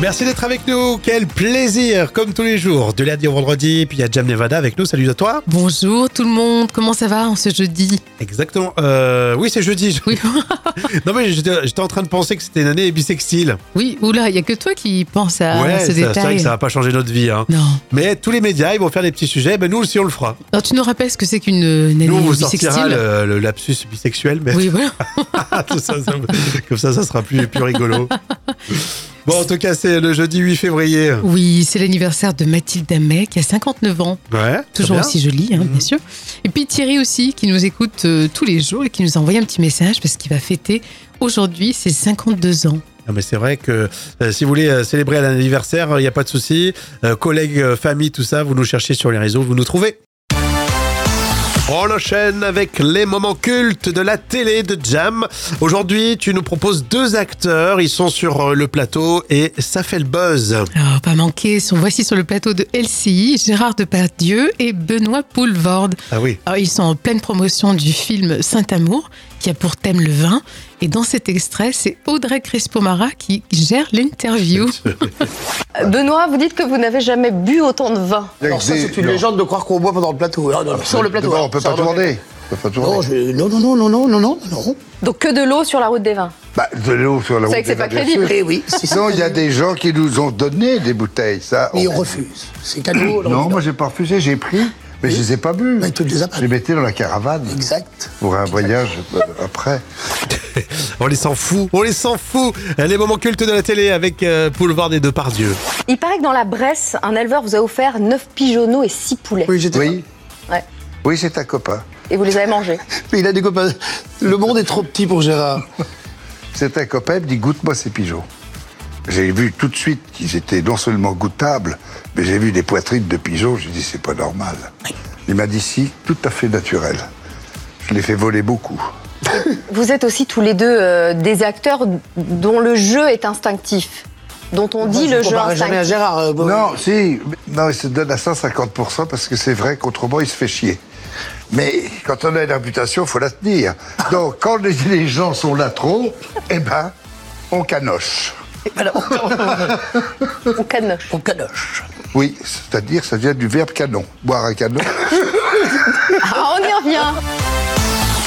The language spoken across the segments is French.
Merci d'être avec nous. Quel plaisir, comme tous les jours, du lundi au vendredi. Puis il y a Jam Nevada avec nous. Salut à toi. Bonjour tout le monde, comment ça va en ce jeudi Exactement. Euh, oui, c'est jeudi. Oui. non, mais j'étais j'étais en train de penser que c'était une année bisextile. Oui, oula, il n'y a que toi qui pense à ouais, ce ça- c'est vrai détail. que ça va pas changer notre vie. hein. Non. Mais tous les médias, ils vont faire des petits sujets. Ben, nous aussi, on le fera. Alors tu nous rappelles ce que c'est qu'une euh, une Nous, on année vous sortira bisextile le, le lapsus bisexuel. Mais Oui, voilà. tout ça, ça me- comme ça, ça sera plus, plus rigolo. Bon, en tout cas, c'est le jeudi 8 février. Oui, c'est l'anniversaire de Mathilde Amet qui a 59 ans. Ouais. très Toujours bien. Mhm. aussi jolie, hein, bien sûr. Et puis Thierry aussi qui nous écoute euh, tous les jours et qui nous a envoyé un petit message parce qu'il va fêter aujourd'hui ses 52 ans. Non, mais c'est vrai que euh, si vous voulez euh, célébrer un anniversaire, il n'y a pas de souci. Euh, collègues, euh, famille, tout ça, vous nous cherchez sur les réseaux, vous nous trouvez. On enchaîne avec les moments cultes de la télé de Jam. Aujourd'hui, tu nous proposes deux acteurs. Ils sont sur euh, le plateau et ça fait le buzz. Alors, pas manquer, sont voici sur le plateau de LCI Gérard Depardieu et Benoît Poulvorde. Ah oui. Alors, ils sont en pleine promotion du film Saint-Amour, qui a pour thème le vin. Et dans cet extrait, c'est Audrey Crespo-Mara qui gère l'interview. Benoît, vous dites que vous n'avez jamais bu autant de vin. Alors ça, c'est une légende de croire qu'on boit pendant le plateau. Ah, non, non, sur le plateau. D'abord, hein, on peut ça pas remonte. tourner. On peut pas tourner. Non, je- non, non, non, non, non, non, non, non. Donc que de l'eau sur la route des vins. Bah, de l'eau sur C'est la route. vrai que c'est des pas Vins, bien crédible. sûr. Eh oui, si ça. Sinon, il y a des gens qui nous ont donné des bouteilles, ça. Mais on on- refuse. C'est cadeau. alors, Non, on- moi, j'ai pas refusé, j'ai pris, mais je les ai pas bu. Mais tu Bah, les as pas Je les mettais dans la caravane. Exact. Pour un voyage euh, après. On les s'en fout. On les s'en fout. Les moments cultes de la télé avec euh, Boulevard et Depardieu. Il paraît que dans la Bresse, un éleveur vous a offert 9 pigeonneaux et 6 poulets. Oui, j'étais. Oui. Ouais. Oui, c'est un copain. Et vous les avez mangés. Mais il a des copains. Le monde est trop petit pour Gérard. C'est un copain, il me dit goûte-moi ces pigeons. J'ai vu tout de suite qu'ils étaient non seulement goûtables, mais j'ai vu des poitrines de pigeons, j'ai dit c'est pas normal. Il m'a dit si, tout à fait naturel. Je les fais voler beaucoup. Vous êtes aussi tous les deux euh, des acteurs dont le jeu est instinctif. Dont on dit Je le jeu comparerai jamais à instinctif. Gérard. euh, bon. Non, si, non, il se donne à 150% parce que c'est vrai qu'autrement il se fait chier. Mais quand on a une réputation, faut la tenir. Donc quand les, les gens sont là trop, eh ben, on canoche. On canoche. On canoche. Oui, c'est-à-dire ça vient du verbe canon. Boire un canon. Ah, on y revient.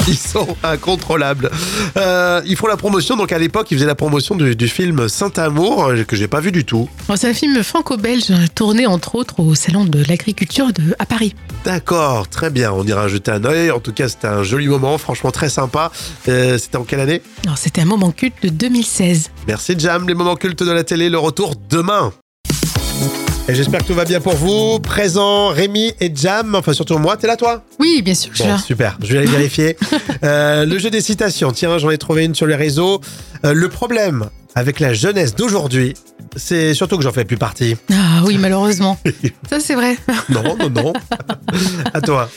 Ils sont incontrôlables. Euh, ils font la promotion. Donc à l'époque, ils faisaient la promotion du, du film Saint-Amour euh, que j'ai pas vu du tout. Alors, C'est un film franco-belge tourné entre autres au salon de l'agriculture de- à Paris. D'accord, très bien. On ira jeter un œil. En tout cas, c'était un joli moment, franchement très sympa. Euh, c'était en quelle année Alors, C'était un moment culte de 2016. Merci Jam, les moments cultes de la télé, le retour demain. Et j'espère que tout va bien pour vous. Présent, Rémi et Jam, enfin surtout moi, t'es là toi Oui, bien sûr, je suis Bon, là. super, je vais aller vérifier. Euh, le jeu des citations, tiens, j'en ai trouvé une sur les réseaux. Euh, le problème avec la jeunesse d'aujourd'hui, c'est surtout que j'en fais plus partie. Ah oui, malheureusement. Ça, c'est vrai. Non, non, non. à toi.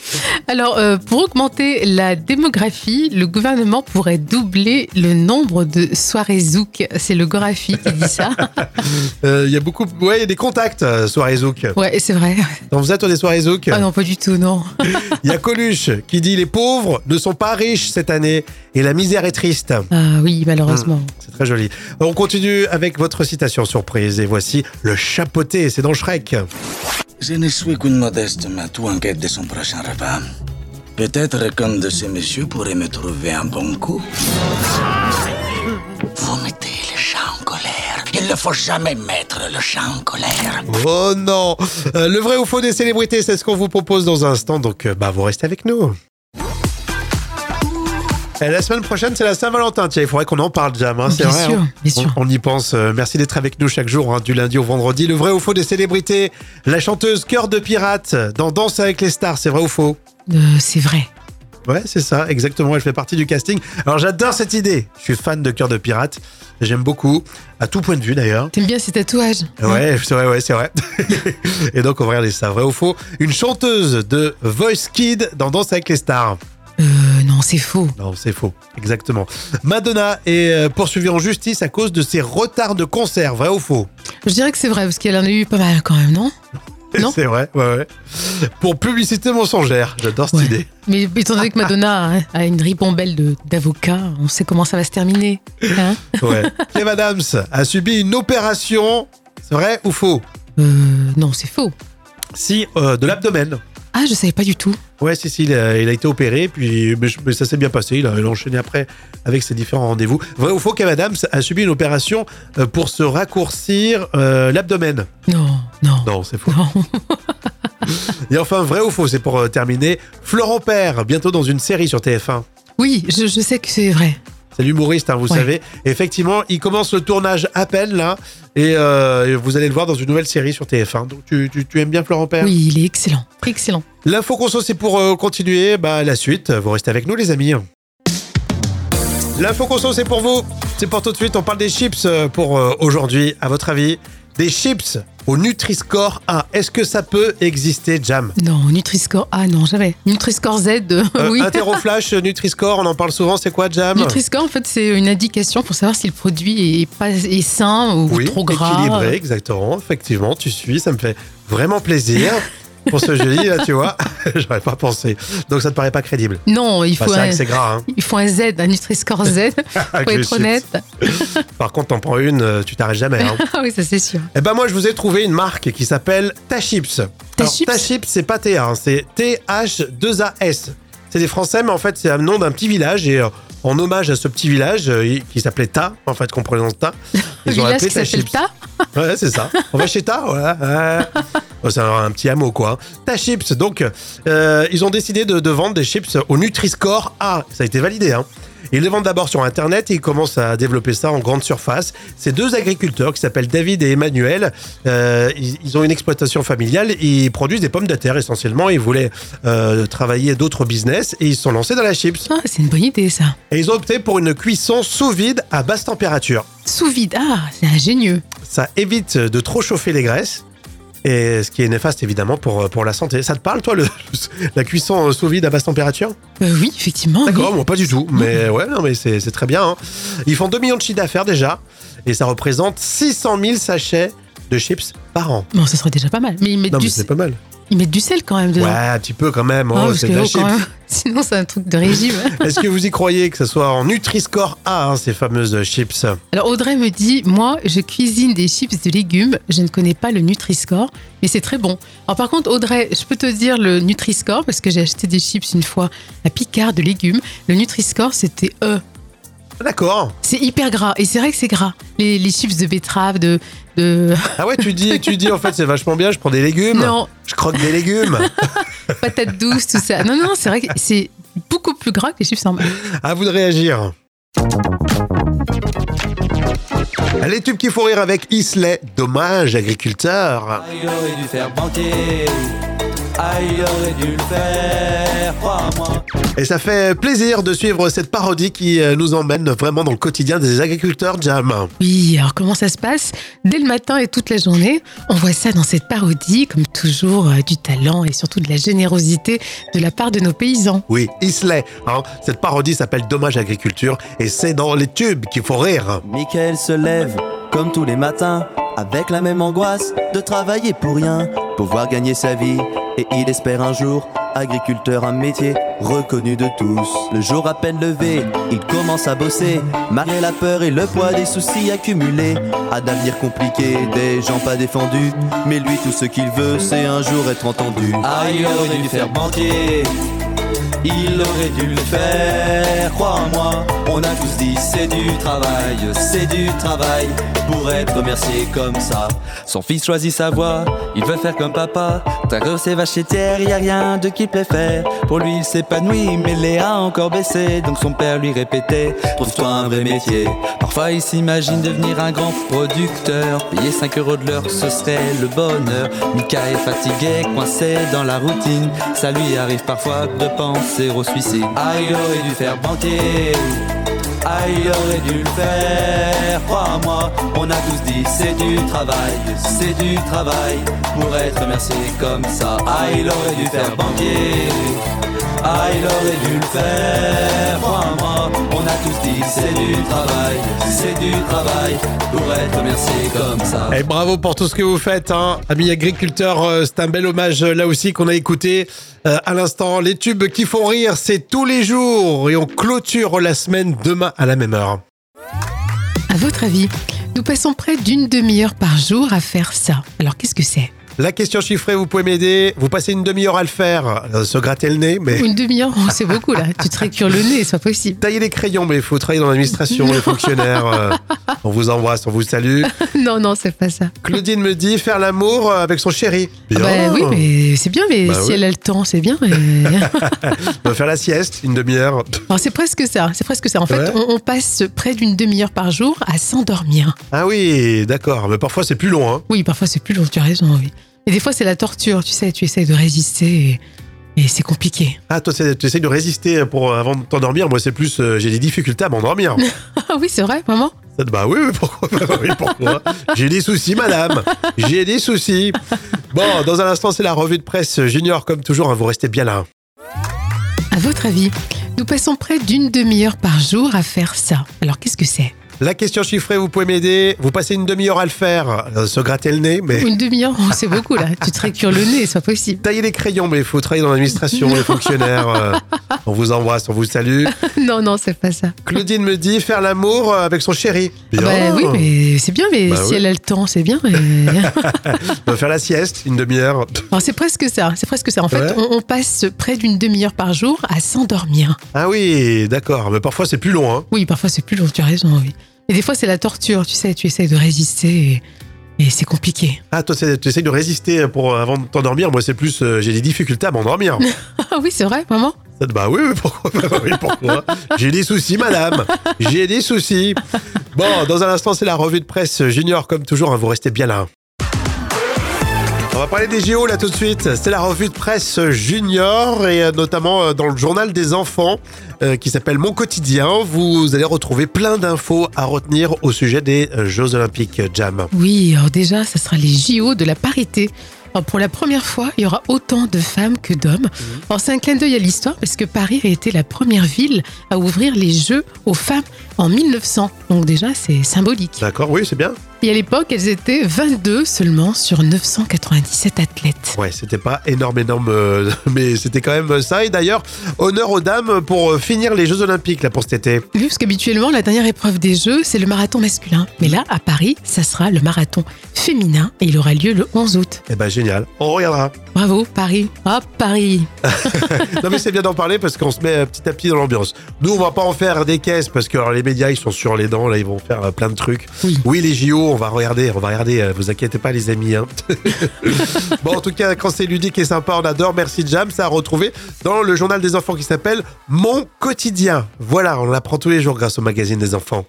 Alors, euh, pour augmenter la démographie, le gouvernement pourrait doubler le nombre de soirées zouk. C'est le Gorafi qui dit ça. Euh, Il y a beaucoup. Ouais, il y a des contacts, euh, soirée Zouk. Ouais, c'est vrai. T'en faisais, toi, des soirées Zouk Ah non, pas du tout, non. Il y a Coluche qui dit les pauvres ne sont pas riches cette année et la misère est triste. Ah oui, malheureusement. C'est très joli. On continue avec votre citation surprise et voici le chapeauté, c'est dans Shrek. Je ne suis qu'une modeste matou en quête de son prochain repas. Peut-être qu'un de ces messieurs pourrait me trouver un bon coup. Vous mettez le chat en colère. Il ne faut jamais mettre le chat en colère. Oh non Euh, Le vrai ou faux des célébrités, c'est ce qu'on vous propose dans un instant, donc euh, bah vous restez avec nous. Et la semaine prochaine, c'est la Saint-Valentin. Tiens, il faudrait qu'on en parle, Jam. hein, c'est Bien vrai. sûr, hein. bien sûr. On, on y pense. Euh, merci d'être avec nous chaque jour, hein, du lundi au vendredi. Le vrai ou faux des célébrités. La chanteuse Cœur de Pirate dans Danse avec les stars. C'est vrai ou faux Euh, c'est vrai. Ouais, c'est ça, exactement. Elle fait partie du casting. Alors j'adore cette idée. Je suis fan de Cœur de Pirate. J'aime beaucoup, à tout point de vue d'ailleurs. T'aimes bien ces tatouages Ouais, c'est vrai, ouais, c'est vrai. Et donc on va regarder ça, vrai ou faux. Une chanteuse de Voice Kid dans Danse avec les stars. Euh, non, c'est faux. Non, c'est faux, exactement. Madonna est euh, poursuivie en justice à cause de ses retards de concert, vrai ou faux Je dirais que c'est vrai, parce qu'elle en a eu pas mal quand même, non Non. C'est vrai, ouais, ouais. Pour publicité mensongère, j'adore cette Ouais. idée. Mais étant donné que Madonna hein, a une ribambelle de- d'avocats, on sait comment ça va se terminer. Hein Ouais. Kev Adams a subi une opération Vrai ou faux Euh, non, c'est faux. Si, euh, de l'abdomen. Ah, je savais pas du tout. Ouais, si, si, il a, il a été opéré, puis mais, je- mais ça s'est bien passé. Il a, il a enchaîné après avec ses différents rendez-vous. Vrai ou faux qu'Eva Adams a subi une opération euh, pour se raccourcir euh, l'abdomen Non, non. Non, c'est faux. Non. Et enfin, vrai ou faux, c'est pour euh, terminer. Florent Père, bientôt dans une série sur TF1. Oui, je, je sais que c'est vrai. C'est l'humoriste, hein, vous Ouais. savez. Effectivement, il commence le tournage à peine là, et euh, vous allez le voir dans une nouvelle série sur TF1. Donc, tu, tu- tu aimes bien Florent Père Oui, il est excellent. Excellent. L'info conso, c'est pour euh, continuer. Bah, la suite, vous restez avec nous, les amis. L'info conso, c'est pour vous. C'est pour tout de suite. On parle des chips euh, pour euh, aujourd'hui. À votre avis, des chips au Nutri-Score 1, est-ce que ça peut exister, Jam Non, Nutri-Score. Ah non, jamais. Nutri-Score Z, euh, Euh, oui. Interroflash, Nutri-Score, on en parle souvent. C'est quoi, Jam Nutri-Score, en fait, c'est une indication pour savoir si le produit est, pas, est sain ou Oui, trop gras. équilibré, exactement. Effectivement, tu suis, ça me fait vraiment plaisir. Pour ce jeudi, là, tu vois, j'aurais pas pensé. Donc, ça te paraît pas crédible. Non, il Bah, faut, c'est vrai un, que c'est gras, hein. il faut un Z, un Nutri-Score Z, avec pour les être chips. honnête. Par contre, t'en prends une, euh, tu t'arrêtes jamais. hein. Ah oui, ça c'est sûr. Eh ben moi, je vous ai trouvé une marque qui s'appelle Tachips. Alors, Chips Tachips, c'est pas TA, hein, c'est T-H-2-A-S. C'est des Français, mais en fait, c'est un nom d'un petit village. Et euh, en hommage à ce petit village euh, il- qui s'appelait Ta, en fait, qu'on prononce Ta, Le ils ont village appelé qui s'appelle Tachips. Ta. Ouais, c'est ça. On va chez hein, Ta, voilà. ouais. Bon, c'est un, Oh, un petit hameau, quoi. Ta Chips, donc, euh, ils ont décidé de, de vendre des chips au Nutri-Score A. Ça a été validé, hein. Ils les vendent d'abord sur Internet et ils commencent à développer ça en grande surface. Ces deux agriculteurs qui s'appellent David et Emmanuel, euh, ils, ils ont une exploitation familiale, ils produisent des pommes de terre essentiellement, ils voulaient euh, travailler d'autres business et ils se sont lancés dans la chips. Ah, c'est une bonne idée ça. Et ils ont opté pour une cuisson sous vide à basse température. Sous vide. Ah, c'est ingénieux. Ça évite de trop chauffer les graisses. Et ce qui est néfaste évidemment pour, pour la santé. Ça te parle toi, le- la cuisson euh, sous vide à basse température Euh, oui, effectivement. oui. D'accord, moi pas du tout. Mais ouais, non, mais c'est c'est très bien. hein. Ils font 2 millions de chiffres d'affaires déjà. Et ça représente 600 000 sachets de chips par an. Bon, ça serait déjà pas mal. Mais ils mettent, Non, mais du, c'est sel- pas mal. ils mettent du sel quand même dedans. Ouais, un petit peu quand même. Ah, Oh, parce c'est que de la oh, chips. quand même, Sinon, c'est un truc de régime. Est-ce que vous y croyez que ce soit en Nutri-Score A, hein, ces fameuses chips Alors, Audrey me dit Moi, je cuisine des chips de légumes. Je ne connais pas le Nutri-Score, mais c'est très bon. Alors, par contre, Audrey, je peux te dire le Nutri-Score parce que j'ai acheté des chips une fois à Picard de légumes. Le Nutri-Score, c'était E. D'accord. C'est hyper gras. Et c'est vrai que c'est gras. Les, les chips de betterave, de. de... Ah ouais, tu dis, tu dis en fait c'est vachement bien, je prends des légumes. Non, Je croque des légumes. patates douces, tout ça. Non, non, c'est vrai que c'est beaucoup plus gras que les chips normales. À vous de réagir. Les tubes qui font rire avec Isley. Dommage, agriculteur. Aïe, il aurait dû faire banquer. Aïe, il aurait dû le faire, crois-moi. Et ça fait plaisir de suivre cette parodie qui euh, nous emmène vraiment dans le quotidien des agriculteurs, Jam. Oui, alors comment ça se passe Dès le matin et toute la journée, on voit ça dans cette parodie, comme toujours, euh, du talent et surtout de la générosité de la part de nos paysans. Oui, Isley. hein. Cette parodie s'appelle Dommage agriculture et c'est dans les tubes qu'il faut rire. Michael se lève, comme tous les matins, avec la même angoisse de travailler pour rien, pouvoir gagner sa vie. Et il espère un jour, agriculteur, un métier reconnu de tous. Le jour à peine levé, il commence à bosser, malgré la peur et le poids des soucis accumulés. À d'avenir compliqué, des gens pas défendus. Mais lui, tout ce qu'il veut, c'est un jour être entendu. Aïe, Ah, il aurait dû faire banquer. Il aurait dû le faire, crois-moi. On a tous dit c'est du travail, c'est du travail pour être remercié comme ça. Son fils choisit sa voie, il veut faire comme papa. Ta grosse et vache terre, y a rien de qu'il plaît faire. Pour lui, il s'épanouit, mais Léa a encore baissé. Donc son père lui répétait Trouve-toi un vrai métier. Parfois, il s'imagine devenir un grand producteur. Payer 5 euros de l'heure, ce serait le bonheur. Mika est fatigué, coincé dans la routine. Ça lui arrive parfois de penser au suicide. Aïe, il aurait dû faire banquer. Aïe, il aurait dû le faire, crois-moi. On a tous dit c'est du travail, c'est du travail pour être remercié comme ça. Aïe, il aurait dû faire banquer. Aïe, Ah, il aurait dû le faire, crois-moi. On a tous dit c'est du travail, c'est du travail pour être remercié comme ça. Et Eh, bravo pour tout ce que vous faites, hein. amis agriculteurs. euh, C'est un bel hommage euh, là aussi qu'on a écouté euh, à l'instant. Les tubes qui font rire, c'est tous les jours. Et on clôture la semaine demain à la même heure. À votre avis, Nous passons près d'une demi-heure par jour à faire ça. Alors qu'est-ce que c'est La question chiffrée, vous pouvez m'aider. Vous passez une demi-heure à le faire, euh, se gratter le nez, mais Une demi-heure, oh, c'est beaucoup là. Tu te récures le nez, c'est pas possible. tailler les crayons, mais il faut travailler dans l'administration, les fonctionnaires. euh, on vous embrasse, on vous salue. Non, non, c'est pas ça. Claudine me dit faire l'amour euh, avec son chéri. Bien. Ah bah oui, mais c'est bien, mais Bah si oui. elle a le temps, c'est bien. mais- On va faire la sieste, une demi-heure. Alors c'est presque ça, c'est presque ça. En fait, Ouais. on, on passe près d'une demi-heure par jour à s'endormir. Ah oui, d'accord. Mais parfois, c'est plus long. hein. Oui, parfois c'est plus long, tu as raison, oui. Et des fois c'est la torture, tu sais, tu essayes de résister et, et c'est compliqué. Ah, toi, c'est- tu essayes de résister pour, euh, avant de t'endormir. Moi, c'est plus, euh, j'ai des difficultés à m'endormir. Ah oui, c'est vrai, vraiment Ça te- Bah oui, oui, pourquoi, oui, pourquoi J'ai des soucis, madame. J'ai des soucis. Bon, dans un instant, c'est la revue de presse junior, comme toujours. hein, vous restez bien là. À votre avis, nous passons près d'une demi-heure par jour à faire ça. Alors qu'est-ce que c'est La question chiffrée, vous pouvez m'aider. Vous passez une demi-heure à le faire, euh, se gratter le nez, mais Une demi-heure, oh, c'est beaucoup là. Tu te récures le nez, c'est pas possible. tailler les crayons, mais il faut travailler dans l'administration, les fonctionnaires. euh, on vous embrasse, on vous salue. Non, non, c'est pas ça. Claudine me dit faire l'amour euh, avec son chéri. Bien. Ah bah oui, mais c'est bien, mais oh Bah si oui. elle a le temps, c'est bien. mais- On va faire la sieste, une demi-heure. Alors c'est presque ça, c'est presque ça. En fait, Ouais. on, on passe près d'une demi-heure par jour à s'endormir. Ah oui, d'accord. Mais parfois, c'est plus long. hein. Oui, parfois c'est plus long, tu as raison, oui. Et des fois c'est la torture, tu sais, tu essayes de résister et, et c'est compliqué. Ah, toi, c'est- tu essayes de résister pour, euh, avant de t'endormir. Moi, c'est plus, euh, j'ai des difficultés à m'endormir. Ah oui, c'est vrai, maman Ça te- bah oui, oui, pourquoi, oui, pourquoi J'ai des soucis, madame. J'ai des soucis. Bon, dans un instant, c'est la revue de presse junior, comme toujours. hein, vous restez bien là. On va parler des JO là tout de suite. C'est la revue de presse junior et euh, notamment euh, dans le journal des enfants euh, qui s'appelle Mon quotidien. Vous allez retrouver plein d'infos à retenir au sujet des euh, Jeux olympiques Jam. Oui, alors déjà, ça sera les JO de la parité. Alors, pour la première fois, il y aura autant de femmes que d'hommes. Alors, C'est un clin d'œil à l'histoire parce que Paris a été la première ville à ouvrir les Jeux aux femmes en 1900. Donc déjà, c'est symbolique. D'accord, oui, c'est bien. Et à l'époque, elles étaient 22 seulement sur 997 athlètes. Ouais, c'était pas énorme, énorme, euh, mais c'était quand même ça. Et d'ailleurs, honneur aux dames pour euh, finir les Jeux Olympiques là pour cet été. Oui, parce qu'habituellement, la dernière épreuve des Jeux, c'est le marathon masculin. Mais là, à Paris, ça sera le marathon féminin et il aura lieu le 11 août. Eh ben génial, on regardera. Bravo, Paris. Ah, Paris. Non mais c'est bien d'en parler parce qu'on se met euh, petit à petit dans l'ambiance. Nous on va pas en faire des caisses parce que alors, les médias ils sont sur les dents là, ils vont faire euh, plein de trucs. Oui. les JO, on va regarder, on va regarder. euh, Vous inquiétez pas les amis. hein. bon en tout cas quand c'est ludique et sympa on adore. Merci Jam, ça à retrouver dans le journal des enfants qui s'appelle Mon quotidien. Voilà, on l'apprend tous les jours grâce au magazine des enfants.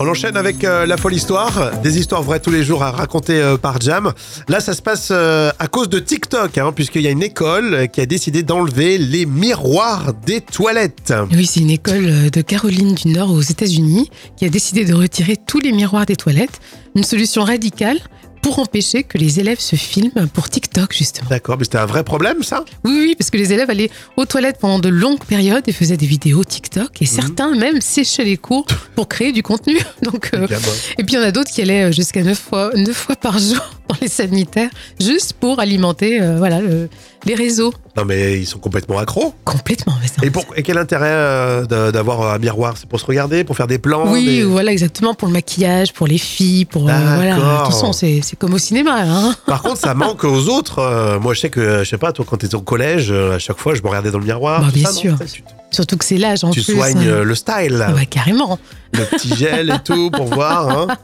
On enchaîne avec euh, la folle histoire, des histoires vraies tous les jours à raconter euh, par Jam. Là, ça se passe euh, à cause de TikTok, hein, puisqu'il y a une école euh, qui a décidé d'enlever les miroirs des toilettes. Oui, c'est une école euh, de Caroline du Nord aux États-Unis qui a décidé de retirer tous les miroirs des toilettes. Une solution radicale pour empêcher que les élèves se filment pour TikTok, justement. D'accord, mais c'était un vrai problème, ça Oui, oui, parce que les élèves allaient aux toilettes pendant de longues périodes et faisaient des vidéos TikTok et certains même séchaient les cours pour créer du contenu. Donc, euh, hein. et puis il y en a d'autres qui allaient euh, jusqu'à 9 fois, neuf fois par jour dans les sanitaires juste pour alimenter euh, voilà, le- les réseaux. Non, mais ils sont complètement accros. Complètement. mais c'est Et, pour, et quel intérêt euh, de- d'avoir un miroir C'est pour se regarder, pour faire des plans Oui, des- voilà, exactement, pour le maquillage, pour les filles, pour. euh, voilà, D'accord. tout ça, c'est c'est comme au cinéma, hein. Par contre, ça manque aux autres. Euh, moi, je sais que, euh, je sais pas, toi, quand t'étais au collège, euh, à chaque fois, je me regardais dans le miroir. Bah, tout bien non sûr. Ça, Tu, Surtout que c'est l'âge, en tu plus. soignes hein. euh, le style, Ouais, carrément. le petit gel et tout pour voir. hein.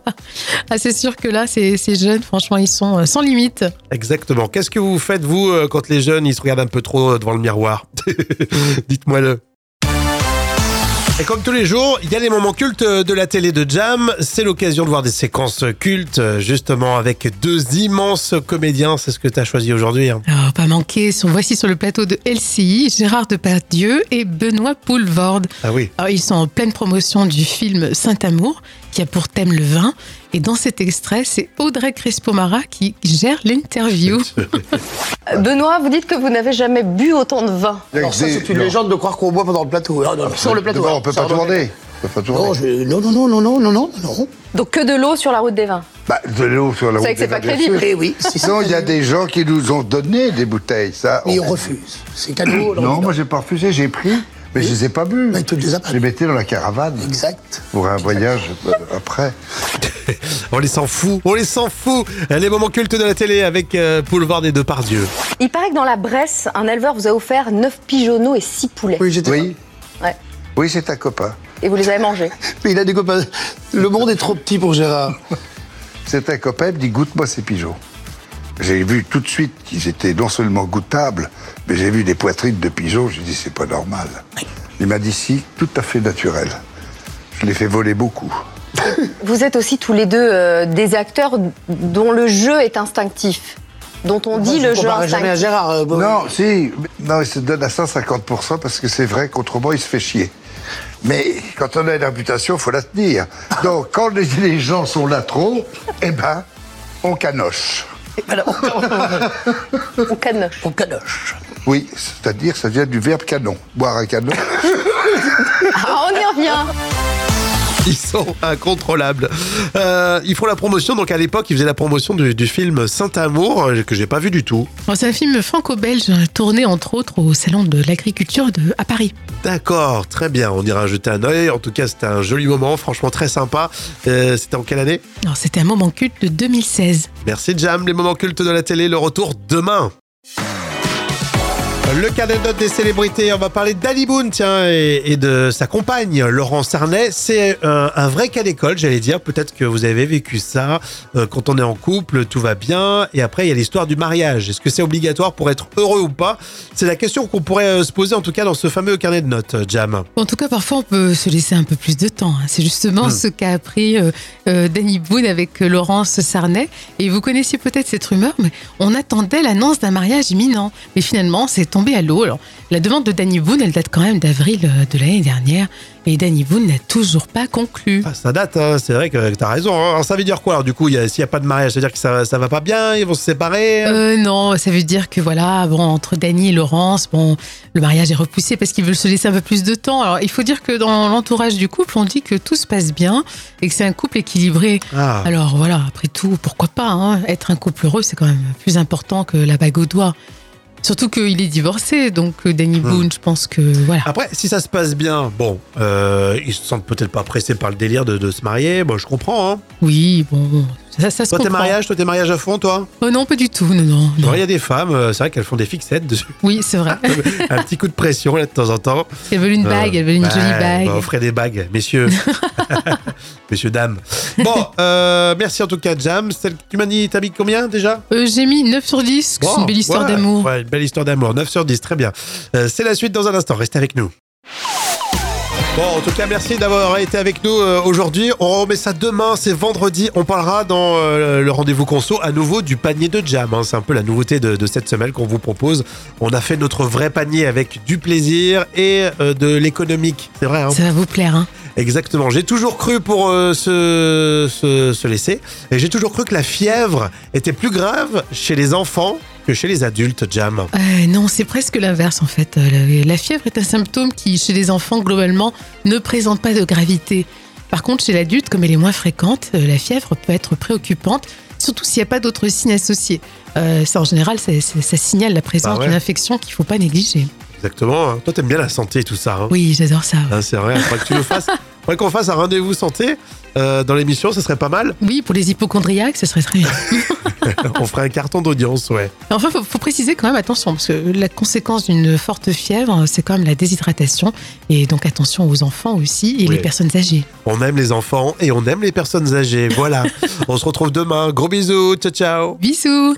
Ah, c'est sûr que là, ces, ces jeunes, franchement, ils sont euh, sans limite. Exactement. Qu'est-ce que vous faites, vous, euh, quand les jeunes, ils se regardent un peu trop euh, devant le miroir Dites-moi le. Et comme tous les jours, il y a les moments cultes euh, de la télé de Jam. C'est l'occasion de voir des séquences cultes, euh, justement, avec deux immenses comédiens. C'est ce que tu as choisi aujourd'hui. hein. Alors, pas manquer, sont, voici sur le plateau de LCI, Gérard Depardieu et Benoît Poulvorde. Ah oui. Alors, ils sont en pleine promotion du film Saint-Amour, qui a pour thème le vin. Et dans cet extrait, c'est Audrey Crespo-Mara qui gère l'interview. Benoît, vous dites que vous n'avez jamais bu autant de vin. Alors ça, c'est une légende de croire qu'on boit pendant le plateau. Ah, non, non, sur le plateau. D'abord, hein, on peut ça pas remonte. tourner. On peut pas tourner. Non, je- non, non, non, non, non, non, non, non. Donc que de l'eau sur la route des vins. Bah, de l'eau sur C'est la route. vrai que c'est des pas vins, bien crédible. sûr. Eh oui, c'est ça. Non, il y a des gens qui nous ont donné des bouteilles, ça. Mais on- on refuse. C'est cadeau. alors, Non, moi j'ai pas refusé, j'ai pris. Mais je les ai pas bu. Mais tu ne les as pas Je les mettais dans la caravane Exact. pour un voyage euh, après. On les s'en fout, on les s'en fout. Les moments cultes de la télé avec euh, Boulevard des Depardieu. Il paraît que dans la Bresse, un éleveur vous a offert 9 pigeonneaux et 6 poulets. Oui, j'étais. Oui, Ouais. oui c'est un copain. Et vous les avez mangés. Mais il a des copains. Le monde est trop petit pour Gérard. C'est un copain, il me dit goûte-moi ces pigeons. J'ai vu tout de suite qu'ils étaient non seulement goûtables, mais j'ai vu des poitrines de pigeons, j'ai dit c'est pas normal. Il m'a dit si, tout à fait naturel. Je l'ai fait voler beaucoup. Vous êtes aussi tous les deux euh, des acteurs dont le jeu est instinctif. Dont on dit Je le jeu comparerai jamais à instinctif. Gérard. euh, bon. Non, si, non, il se donne à 150% parce que c'est vrai qu'autrement, il se fait chier. Mais quand on a une réputation, faut la tenir. Donc, quand les, les gens sont là trop, eh ben, on canoche. On canoche. On canoche. Oui, c'est-à-dire, ça vient du verbe canon. Boire un canon. Ah, on y revient. Ils sont incontrôlables. Euh, ils font la promotion, donc à l'époque, ils faisaient la promotion du, du film Saint-Amour, euh, que j'ai pas vu du tout. Bon, C'est un film franco-belge tourné entre autres au salon de l'agriculture de- à Paris. D'accord, très bien, on ira jeter un oeil. En tout cas, c'était un joli moment, franchement très sympa. Euh, c'était en quelle année Alors, C'était un moment culte de 2016. Merci Jam, les moments cultes de la télé, le retour demain. Le carnet de notes des célébrités, on va parler d'Ali Boone, tiens, et, et de sa compagne, Laurence Arnay. C'est un, un vrai cas d'école, j'allais dire. Peut-être que vous avez vécu ça. Euh, quand on est en couple, tout va bien. Et après, il y a l'histoire du mariage. Est-ce que c'est obligatoire pour être heureux ou pas C'est la question qu'on pourrait euh, se poser, en tout cas, dans ce fameux carnet de notes, euh, Jam. En tout cas, parfois, on peut se laisser un peu plus de temps. hein. C'est justement Hmm. ce qu'a appris euh, euh, Danny Boone avec euh, Laurence Sarnay. Et vous connaissiez peut-être cette rumeur, mais on attendait l'annonce d'un mariage imminent. Mais finalement, c'est tombé à l'eau. Alors, la demande de Danny Boone, elle date quand même d'avril euh, de l'année dernière. Et Danny Boone n'a toujours pas conclu. Ah, ça date, hein. c'est vrai que t'as raison. hein. Alors, ça veut dire quoi, alors, du coup, il y a- s'il n'y a pas de mariage, ça veut dire que ça, ça va pas bien, ils vont se séparer hein Euh, non, ça veut dire que voilà, bon, entre Dany et Laurence, bon, le mariage est repoussé parce qu'ils veulent se laisser un peu plus de temps. Alors, il faut dire que dans l'entourage du couple, on dit que tout se passe bien et que c'est un couple équilibré. Ah. Euh, Alors voilà, après tout, pourquoi pas hein Être un couple heureux, c'est quand même plus important que la bague au doigt. Surtout qu'il est divorcé, donc euh, Danny Hmm. Boone, je pense que voilà. Après, si ça se passe bien, bon, euh, ils se sentent peut-être pas pressés par le délire de, de se marier. Bon, je comprends. Hein. Oui, bon, ça, ça se Toi, t'es comprend. mariage, toi, t'es mariage à fond, toi. Oh non, pas du tout, non, non. Il non. y a des femmes, euh, c'est vrai qu'elles font des fixettes dessus. Oui, c'est vrai. Ah. Un petit coup de pression, là, de temps en temps. Elles veulent une Euh, bague, elles veulent une ouais, jolie bague. bah, offrez des bagues, messieurs. messieurs, dames. Bon, euh, merci en tout cas, Jam. Celle- Tu m'as dit, t'as mis combien déjà Euh, J'ai mis 9 sur 10, que c'est Wow, une belle histoire ouais, d'amour. Ouais, une belle histoire d'amour. 9 sur 10, très bien. Euh, c'est la suite dans un instant. Restez avec nous. Bon, en tout cas, merci d'avoir été avec nous euh, aujourd'hui. On remet ça demain, c'est vendredi. On parlera dans euh, le rendez-vous conso à nouveau du panier de jam. hein. C'est un peu la nouveauté de, de cette semaine qu'on vous propose. On a fait notre vrai panier avec du plaisir et euh, de l'économique. C'est vrai, hein Ça va vous plaire, hein Exactement. J'ai toujours cru pour euh, se, se, se laisser. Et j'ai toujours cru que la fièvre était plus grave chez les enfants que chez les adultes, Jam. Euh, Non, c'est presque l'inverse en fait. Euh, La, la fièvre est un symptôme qui, chez les enfants, globalement, ne présente pas de gravité. Par contre, chez l'adulte, comme elle est moins fréquente, euh, la fièvre peut être préoccupante, surtout s'il n'y a pas d'autres signes associés. Euh, ça, en général, ça, ça- ça signale la présence Bah ouais. d'une infection qu'il ne faut pas négliger. Exactement. hein. Toi, t'aimes bien la santé et tout ça. hein. Oui, j'adore ça. Hein, c'est vrai. Faudrait que tu le fasses. Faudrait qu'on fasse un rendez-vous santé euh, dans l'émission. Ce serait pas mal. Oui, pour les hypochondriaques, ce serait très bien. On ferait un carton d'audience, ouais. Enfin, faut, faut préciser quand même attention, parce que la conséquence d'une forte fièvre, c'est quand même la déshydratation. Et donc attention aux enfants aussi et Oui. les personnes âgées. On aime les enfants et on aime les personnes âgées. Voilà. On se retrouve demain. Gros bisous. Ciao, ciao. Bisous